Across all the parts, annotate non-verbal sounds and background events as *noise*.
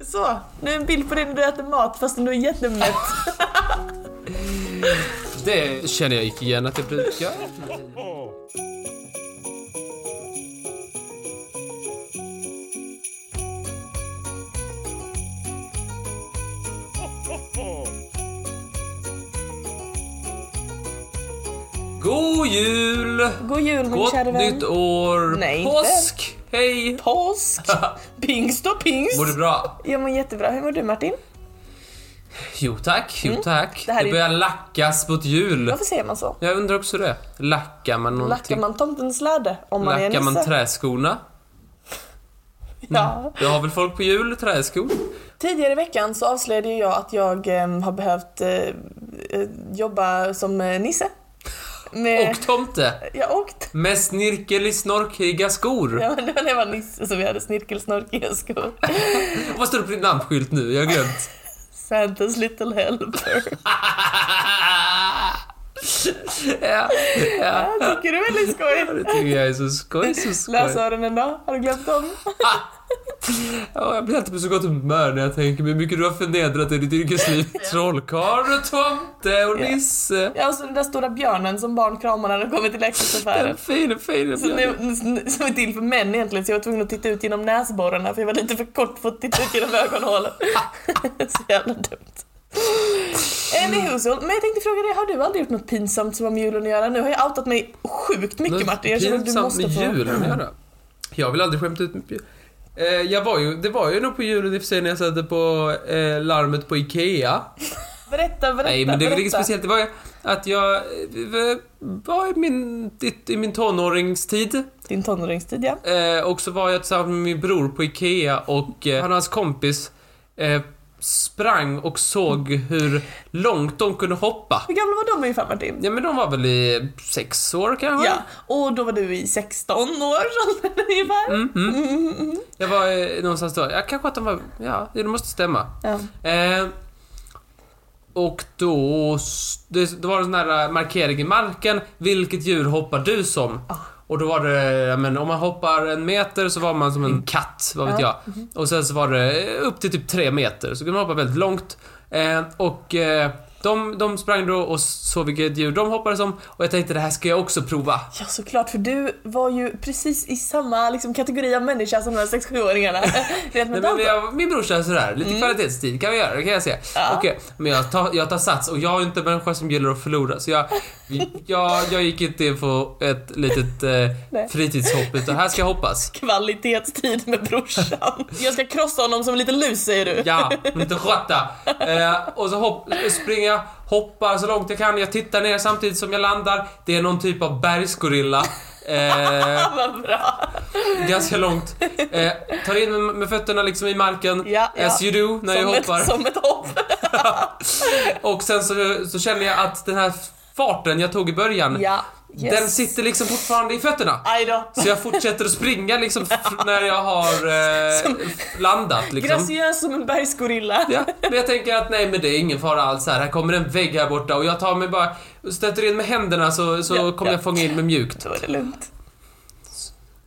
Så, nu en bild på dig när du äter mat fastän du är jättemätt. Det känner jag icke igen att jag brukar. God jul! God jul min kära Gott vän. nytt år! Nej, inte. Påsk! Hej! *laughs* Påsk! Pingst och pingst! Mår du bra? Jag mår jättebra. Hur mår du Martin? Jo tack, jo tack. Mm. Det här Det, är- börjar lackas mot jul. Varför säger man så? Jag undrar också det. Lackar man Lackar någonting? man tomtens läder om man är Lackar en man Mm. nisse? träskorna? Ja. Det har väl folk på jul träskor? Tidigare i veckan så avslöjade ju jag att jag eh, har behövt eh, eh, jobba som eh, nisse. Med... Och tomte! Jag åkte. Med snirkel i snorkiga skor! Ja, men det var när jag var nisse som vi hade snirkelsnorkiga skor. Vad står det på din namnskylt nu? Jag *laughs* har glömt. Santas little *laughs* helper. ja, ja. Ja, tycker du är väldigt Det skoj? tycker jag är så skoj, så skoj. Lösöronen då? Har du glömt dem? Ja, jag blir alltid på så gott humör när jag tänker på hur mycket du har förnedrat i *laughs* ditt yrkesliv. Trollkarl och tomte och Ja. nisse. Ja, och så den där stora björnen som barn kramar när de kommer till Den leksaksaffären. fine, fine Som är, som är till för män egentligen, så jag var tvungen att titta ut genom näsborrarna för jag var lite för kort för att titta ut genom ögonhålen. *laughs* så jävla dumt. Anywho, så- men jag tänkte fråga dig, har du aldrig gjort något pinsamt som har med julen att göra? Nu har jag outat mig sjukt mycket Martin, jag känner att du Pinsamt måste med få... julen att göra. Jag vill aldrig skämta ut mig på jul. Eh, jag var ju, det var ju nog på julen i och för sig när jag satte på eh, larmet på IKEA. Berätta, berätta, Nej men det är väl inget berätta. speciellt. Det var ju att jag eh, var i min, i, i min tonåringstid. Din tonåringstid ja. Eh, och så var jag tillsammans med min bror på IKEA och eh, han och hans kompis eh, sprang och såg hur långt de kunde hoppa. Hur gamla var de ungefär Martin? Ja men de var väl i sex år kanske? Ja, och då var du i 16 år *laughs* ungefär. Mm, mm. Jag var eh, någonstans då. Jag kanske att de var... Ja, det måste stämma. Ja. Eh, och då... s- Det, då var det en sån här eh, markering i marken. Vilket djur hoppar du som? Ah. Och då var det, ja, men om man hoppar en meter så var man som en katt, vad vet jag. Och sen så var det eh, upp till typ tre meter, så kunde man hoppa väldigt långt. Eh, och eh, de, de sprang då och såg vilket djur de hoppade som. Och jag tänkte det här ska jag också prova. Ja såklart, för du var ju precis i samma liksom, kategori av människa som de här *laughs* 6-7-åringarna. Rent Nej, mentalt. men jag, min brorsa är sådär, lite kvalitetstid kan vi göra, det kan jag säga. Mm. Ja. Okej, men jag tar, jag tar sats och jag är inte en människa som gillar att förlora så jag, jag, jag gick inte in på ett litet eh, Nej. fritidshopp utan här ska jag hoppas. Kvalitetstid med brorsan. Jag ska krossa honom som en liten lus säger du. Ja, inte skötta. Eh, och så hopp, springer jag, hoppar så långt jag kan, jag tittar ner samtidigt som jag landar. Det är någon typ av bergsgorilla. Eh, Ja, *laughs* vad bra. ganska långt. Eh, tar in med, med fötterna liksom i marken, Ja, ja. as you do när som, jag hoppar. Ett, som ett hopp. Och sen så, så känner jag att den här farten jag tog i början, Ja. Yes. Mm. den Liksom. sitter liksom fortfarande i fötterna. Aj då. Så jag fortsätter att springa liksom f- när jag har eh, f- landat liksom. Graciös som en bergsgorilla. Ja, men jag tänker att nej men det är ingen fara alls här, här kommer en vägg här borta och jag tar mig bara, stöter in med händerna så, så Ja, kommer ja. jag fånga in mig mjukt. Då är det lugnt.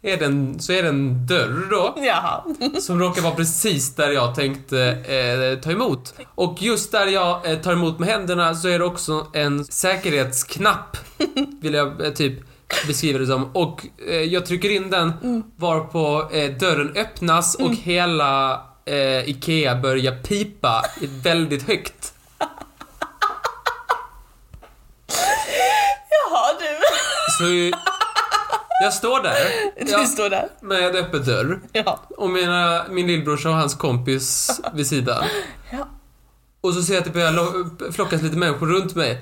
Är det en, så är det en dörr då. Jaha. Som råkar vara precis där jag tänkte eh, ta emot. Och just där jag eh, tar emot med händerna så är det också en *laughs* säkerhetsknapp. Vill jag eh, typ beskriva det som. Och eh, jag trycker in den Mm. varpå eh, dörren öppnas och hela eh, IKEA börjar pipa i- väldigt högt. Jaha du. Så eh, jag står där Du ja, står där. med öppen dörr Ja. och mina, min lillbrorsa och hans kompis vid sidan. Ja. Och så ser jag att det börjar lo- flockas lite människor runt mig.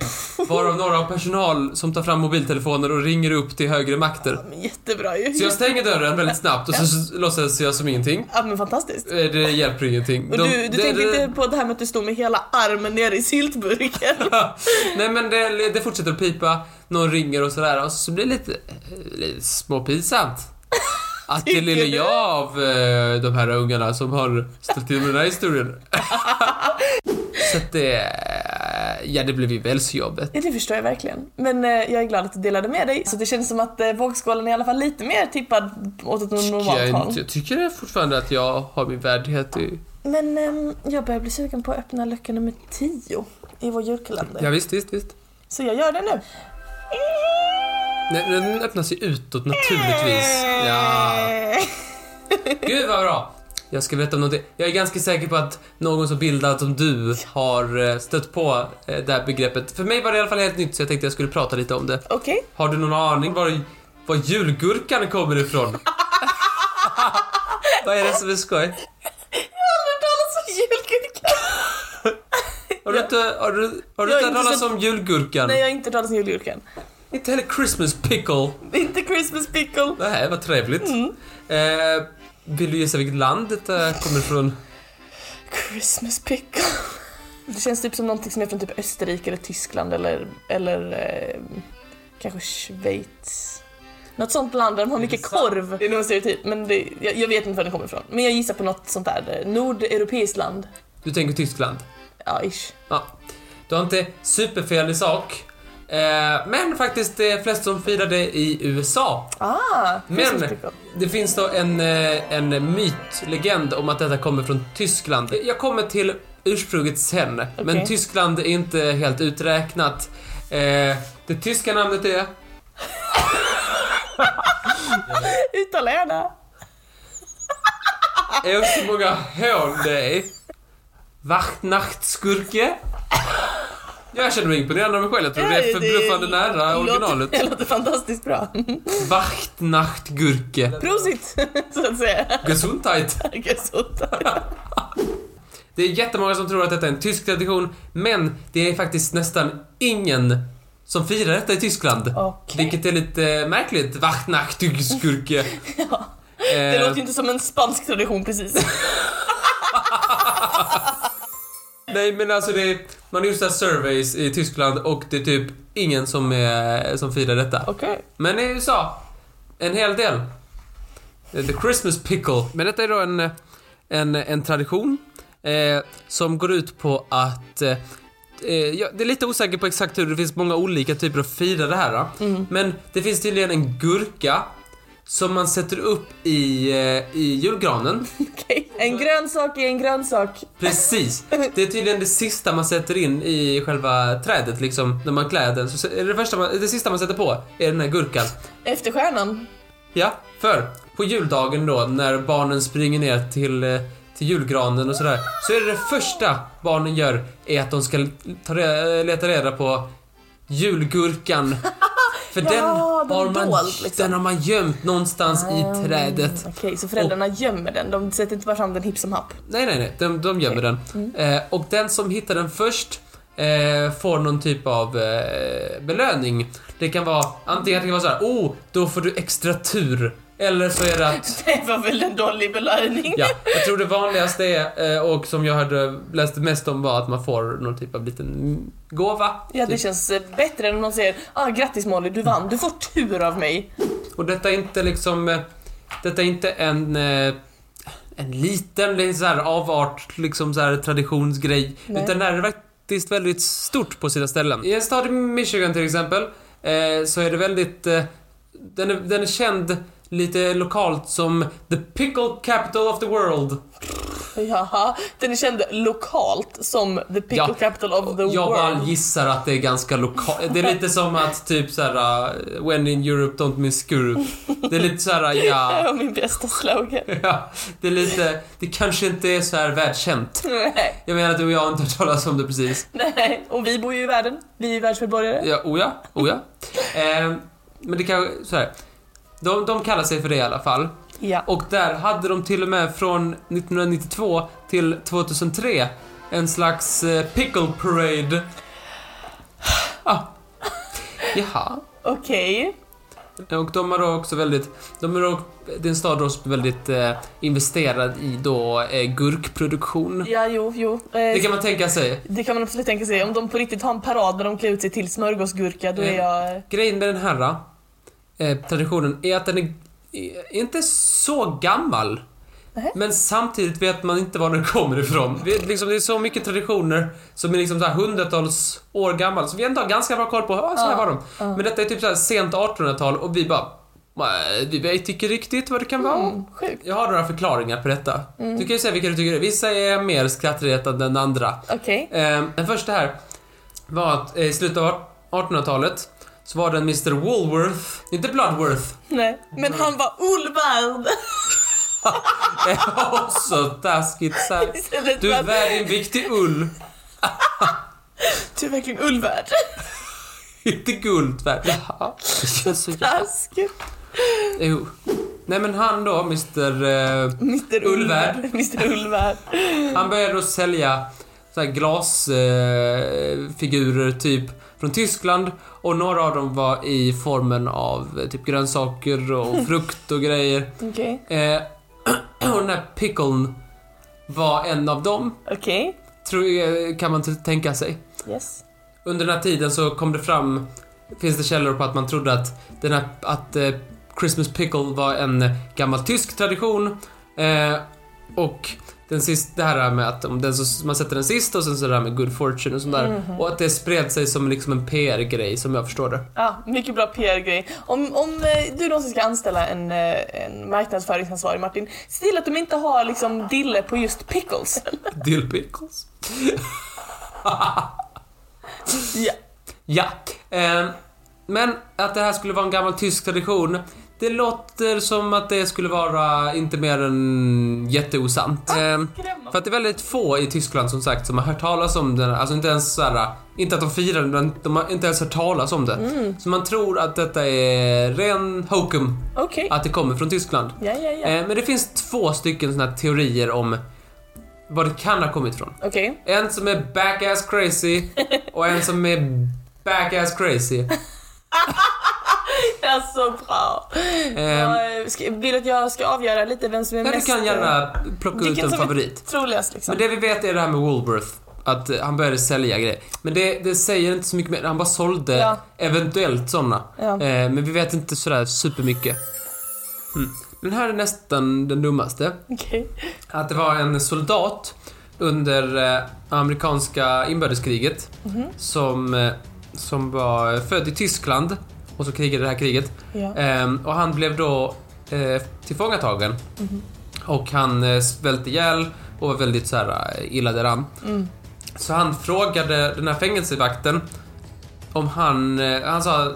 Varav några har personal som tar fram mobiltelefoner och ringer upp till högre makter. Men jättebra ju. Så jag stänger dörren väldigt snabbt och så s- låtsas jag som ingenting. Ja men fantastiskt. Eh, Det hjälper ingenting. Och De- du, du det- tänkte det- inte på det här med att du stod med hela armen nere i syltburken? *laughs* Nej men det, det fortsätter att pipa, någon ringer och sådär och så blir det lite, lite småpinsamt. Att det Tycker lille du? jag av eh, de här ungarna som har ställt till med den här *laughs* historien. så att det... Ja, det blev ju väl så jobbigt. Ja, det förstår jag verkligen. Men eh, jag är glad att du delade med dig. Så det känns som att eh, vågskålen är i alla fall lite mer tippad åt ett normalt Jag, håll. jag tycker fortfarande att jag har min värdighet i Men ehm, jag börjar bli sugen på att öppna lucka nummer 10 i vår julkalender. Ja, visst, visst, visst. Så jag gör det nu. Nej, Den öppnas ju utåt naturligtvis. Ja. Gud vad bra! Jag ska berätta om någonting. Jag är ganska säker på att någon så bildad som du har eh, stött på eh, det här begreppet. För mig var det i alla fall helt nytt så jag tänkte jag skulle prata lite om det. Okej. Har du någon aning var, var julgurkan kommer ifrån? *laughs* vad är det som är skoj? Jag har aldrig hört talas om julgurka. Har du inte, har du, har du Jag har inte hört inte talas sett- om julgurkan? Nej, jag har inte hört talas om julgurkan. Inte heller Christmas pickle. Inte Christmas pickle. Det här var trevligt. Eh, vill du gissa vilket land detta kommer ifrån? Christmas pickle. *laughs* Det känns typ som någonting som är från typ Österrike eller Tyskland eller, eller eh, kanske Schweiz. Något sånt land där de har Är det mycket sant? korv. Det är nog en stereotyp, men det, jag, jag vet inte var den kommer ifrån. Men jag gissar på något sånt där eh, nordeuropeiskt land. Du tänker Tyskland? Ja, ish. Ja. Du har inte superfel i sak. Eh, men faktiskt det är flest som firade i USA. Ah, Christmas Men- pickle. Det finns då en, eh, en myt, legend om att detta kommer från Tyskland. Jag kommer till ursprunget sen, men Tyskland är inte helt uträknat. Eh, det tyska namnet är... Uttala gärna. Jag vet inte hur många hål det är. Wachtnachtsgurke. Jag känner mig imponerad av mig själv. Jag tror det är förbluffande nära *laughs* originalet. Det låter, det låter fantastiskt bra. Wachtnachtgurke. Prosit, *laughs* så att säga. Gesundheit. Gesund. Det är jättemånga som tror att detta är en tysk tradition, men det är faktiskt nästan ingen som firar detta i Tyskland. Okej. Vilket är lite eh, märkligt. Wachtnachtgurke. Ja. *laughs* Det Eh, låter ju inte som en spansk tradition precis. nej men alltså det är, man har just där surveys i Tyskland och det är typ ingen som, är, som firar detta. Okej. Men i USA, en hel del. Eh, The Christmas pickle. Men detta är då en, eh, en, en tradition eh, som går ut på att eh, eh, jag det är lite osäker på exakt hur det finns många olika typer att fira det här. Då. Men det finns tydligen en gurka som man sätter upp i, eh, i julgranen. Okej, en grön sak är en grön sak. Precis. Det är tydligen det sista man sätter in i själva trädet liksom, när man klär den. Så är det, första man, det sista man sätter på är den här gurkan. Efter stjärnan. Ja, för på juldagen då när barnen springer ner till, eh, till julgranen och sådär så är det, det första barnen gör är att de ska ta re- eh, leta reda på julgurkan. *laughs* För Ja, den, den är har man, dold, liksom. Ah. den har man gömt någonstans i trädet. Okej, så föräldrarna gömmer den. De sätter inte bara fram den hipp som happ. Nej, nej, nej. De, de gömmer den. Mm. Eh, och den som hittar den först eh, får någon typ av eh, belöning. Det kan vara antingen att det kan vara såhär, oh, då får du extra tur. Eller så är det att Det var väl en dålig belöning? Ja, jag tror det vanligaste är, eh, och som jag hörde läste mest om var att man får någon typ av liten mm, gåva. Ja, det typ. känns eh, bättre än om någon säger ah, grattis Molly, du vann, du får tur av mig. *laughs* Och detta är inte liksom, eh, detta är inte en, eh, en liten liksom så här avart, liksom så här traditionsgrej. Nej. Utan det här är faktiskt väldigt stort på sina ställen. I en stad i Michigan till exempel, eh, så är det väldigt, eh, den, är, den är känd lite lokalt som the pickle capital of the world. Jaha, den är känd lokalt som the pickle Ja, capital of the Jag bara world. gissar att det är ganska lokalt. Det är lite som att typ såhär, uh, when in Europe don't miss Europe. Det är lite såhär, Det här ja, *laughs* var min bästa slogan. ja. Det är lite, det kanske inte är så här världskänt. Nej, Jag menar att du och jag har inte hört talas om det precis. nej. Och vi bor ju i världen. Vi är ju världsmedborgare. Ja, oh ja, oh ja. Eh, men det kanske, så här. De, de kallar sig för det i alla fall. Ja. Och där hade de till och med från 1992 till 2003 en slags eh, pickle parade. Ah. Jaha. Okej. Eh, Och de har då också väldigt, de är då, det är en stad då som är väldigt eh, investerad i då eh, gurkproduktion. Ja, jo, jo. Det Eh, kan man tänka sig. Det kan man absolut tänka sig. Om de på riktigt har en parad där de klär ut sig till smörgåsgurka, då är Mm. jag... Grejen med den här eh, traditionen är att den är är inte så gammal. Nej. Men samtidigt vet man inte var den kommer ifrån. Vi, liksom, det är så mycket traditioner som är liksom så här hundratals år gammal som vi ändå har ganska bra koll på. Ja, så här Ja, var de. Men detta är typ så här sent 1800-tal och vi bara Nej, Vi tycker riktigt vad det kan vara. Mm, sjukt. Jag har några förklaringar på detta. Du kan ju säga vilka du tycker är. Vissa är mer skrattretande än andra. Okej. Eh, den första här var att eh, i slutet av 1800-talet så var det en Mr Woolworth, inte Bloodworth, *laughs* Nej. Men han var Olvärd! Eh, också taskigt *laughs* sagt. Istället Du för är att- värd en viktig ull, *laughs* Du är verkligen Ulvärd. inte guld värd. Jaha, *laughs* det känns så jävla... Taskigt. Jo. Nej men han då, Mr... Eh, Mr Ulvärd. Ulvärd. Mr Ulvärd. Han började då sälja så här glasfigurer eh, figurer typ från Tyskland och några av dem var i formen av eh, typ grönsaker och frukt och grejer. Okej. Eh, *clears throat* och den här pickeln var en av dem, Okej. tror, jag- kan man t- tänka sig. Yes. Under den här tiden så kom det fram, finns det källor på att man trodde att, den här, att eh, Christmas pickle var en eh, gammal tysk tradition. Eh, och den sist, det här med att om den så, man sätter den sist och sen så det här med good fortune och sånt där. Och att det spred sig som liksom en PR-grej som jag förstår det. Ja, Ah, mycket bra PR-grej. Om, om eh, du någonsin ska anställa en, eh, en marknadsföringsansvarig Martin, se till att de inte har liksom dille på just pickles. Dill pickles. Ja. Ja. Eh, men att det här skulle vara en gammal tysk tradition. Det låter som att det skulle vara inte mer än jätteosant. Eh, För att det är väldigt få i Tyskland som sagt som har hört talas om den, alltså inte ens så här, inte att de firar den, men de har inte ens hört talas om det. Så man tror att detta är ren hokum, Okej. att det kommer från Tyskland. Ja, ja, ja. Eh, men det finns två stycken såna här teorier om var det kan ha kommit ifrån. Okej. En som är back-ass crazy och en som är back-ass *laughs* crazy. Ja, så bra. Ehm, Jag, eh, ska, vill du att jag ska avgöra lite vem som är ja, du mest... eh, kan gärna plocka ut vilken en som är favorit. Troligast liksom. Men det vi vet är det här med Woolworth. Att eh, han började sälja grejer. Men det, det säger inte så mycket mer. Han bara sålde Ja. eventuellt sådana. Ja. Eh, men vi vet inte sådär supermycket. Mm. Den här är nästan den dummaste. Okej. Att det var en soldat under eh, amerikanska inbördeskriget som, eh, som var född i Tyskland och så krigade det här kriget. Ja. Ehm, och han blev då eh, tillfångatagen. Och han eh, svälte ihjäl och var väldigt så här, eh, illa däran. Så han frågade den här fängelsevakten om han... Eh, han sa...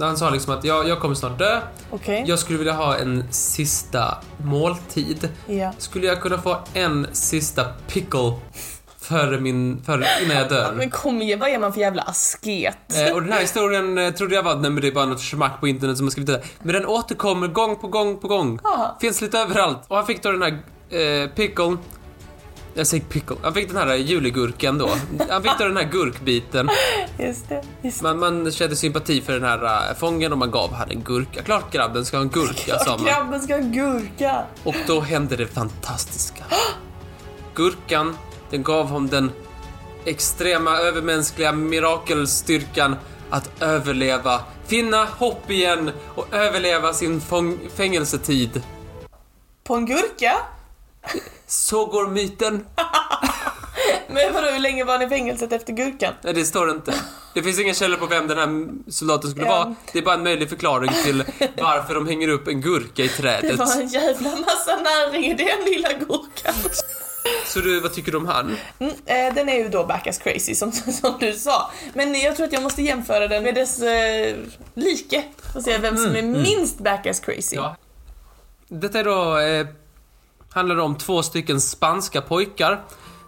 Han sa liksom att jag, jag kommer snart dö. Okej. Jag skulle vilja ha en sista måltid. Ja. Skulle jag kunna få en sista pickle före min, före, innan *laughs* jag dör? Men kom igen, vad är man för jävla asket? Eh, och den här historien eh, trodde jag var, nej men det är bara något schmack på internet som har skrivit det. Men den återkommer gång på gång på gång. Aha. Finns lite överallt. Och han fick då den här eh, pickle. Jag säger pickle. Han fick den här julegurkan då. Han fick då den här gurkbiten. Just det. Just det. Man, man kände sympati för den här eh, fången och man gav han en gurka. Klart grabben ska ha en gurka sa man. Grabben ska ha gurka. Och då hände det fantastiska. Gurkan, den gav honom den extrema övermänskliga mirakelstyrkan att överleva, finna hopp igen och överleva sin fång- fängelsetid. På en gurka? Så går myten. Men vadå, hur länge var han i fängelset efter gurkan? Nej, det står inte. Det finns inga källor på vem den här soldaten skulle Ja. vara. Det är bara en möjlig förklaring *laughs* till varför de hänger upp en gurka i Det trädet. var en jävla massa näring i den lilla gurkan. Så du, vad tycker du om han? Mm, eh, den är ju då back as crazy som, *laughs* som du sa. Men jag tror att jag måste jämföra den med dess eh, like. Och se vem som är minst back as crazy. Mm, Ja. Detta är då, eh, handlar om två stycken spanska pojkar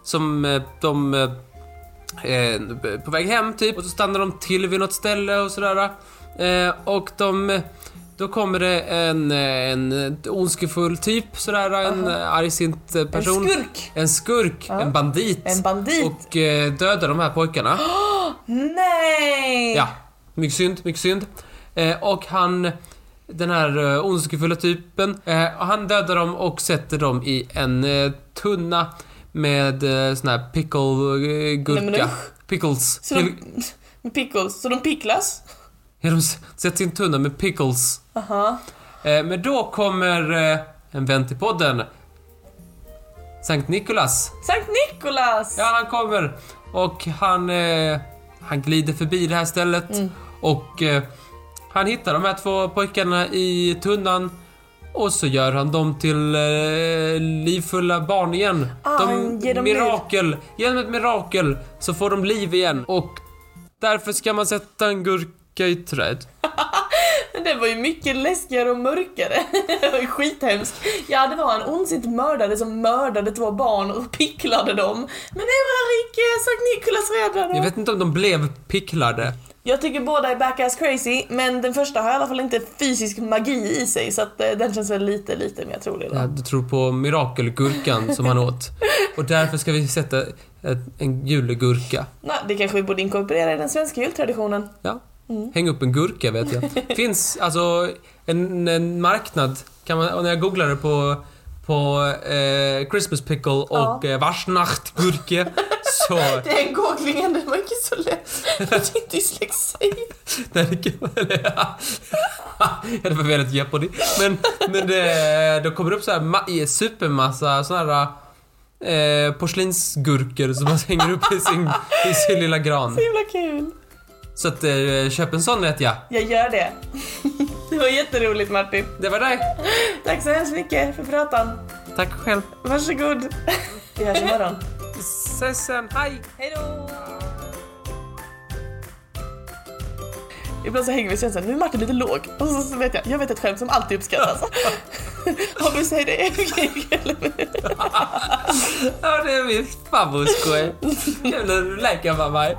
som eh, de eh, eh, på väg hem typ och så stannar de till vid något ställe och sådär. Eh, och de, då kommer det en, eh, en, en ondskefull typ sådär, en uh argsint eh, en person. skurk. En skurk, en bandit. En bandit. Och eh, dödar de här pojkarna. Nej! Ja, mycket synd, mycket synd. Eh, och han, den här eh, ondskefulla typen, eh, han dödar dem och sätter dem i en eh, tunna med eh, sån här pickle, eh, Nej, men gurka. usch. Pickles. Så de, med *laughs* pickles. Så de picklas. Ja, de s- sätts i en tunna med pickles. Aha. Eh, men då kommer eh, en vän till podden. Sankt Nikolas. Sankt Nikolas! Ja, han kommer. Mm. Och han, eh, han glider förbi det här stället. Och eh, Han hittar de här två pojkarna i tunnan och så gör han dem till eh, livfulla barn igen. Ah, han ger dem liv. mirakel! Genom ett mirakel så får de liv igen och därför ska man sätta en gurka i träd. Men Det var ju mycket läskigare och mörkare. *laughs* Det var ju skithemskt. Ja, det var en ondsint mördare som mördade två barn och picklade dem. Men det var Rick, Sankt Nikolas räddare. Jag Jag, vet inte om de blev picklade. tycker båda är backass crazy, men den första har i alla fall inte fysisk magi i sig, så att eh, den känns väl lite, lite mer trolig. då. Jag tror på mirakelgurkan som han åt. Och därför ska vi sätta ett, en julegurka. Nej, det kanske vi borde inkorporera i den svenska jultraditionen. Ja. Häng upp en gurka vet jag. Finns alltså en, en marknad, kan man, och när jag googlade på, på eh, Christmas pickle och Ja. eh, Waschnachtgurke så... *laughs* Den googlingen, den var inte så lätt. Det är dyslexi. Nej, det kan man- *laughs* Ja, det var väldigt Jeopardy. Men, men det, då kommer det upp så här ma- supermassa såna här eh, porslinsgurkor som man hänger upp i sin, i sin lilla gran. Så himla kul. Så att eh, köp en sån vet jag. Jag gör det. Det var jätteroligt Martin. Det var det. Tack så hemskt mycket för pratan. Tack själv. Varsågod. Vi hörs imorgon. Ses sen. Hej! Hej då! Ibland så hänger vi och känner såhär, nu är Martin lite låg. Och så, så vet jag, jag vet ett skämt som alltid uppskattas. Om du säger *laughs* det Ja, det är mitt favoritskoj. Jävla läkarmamma.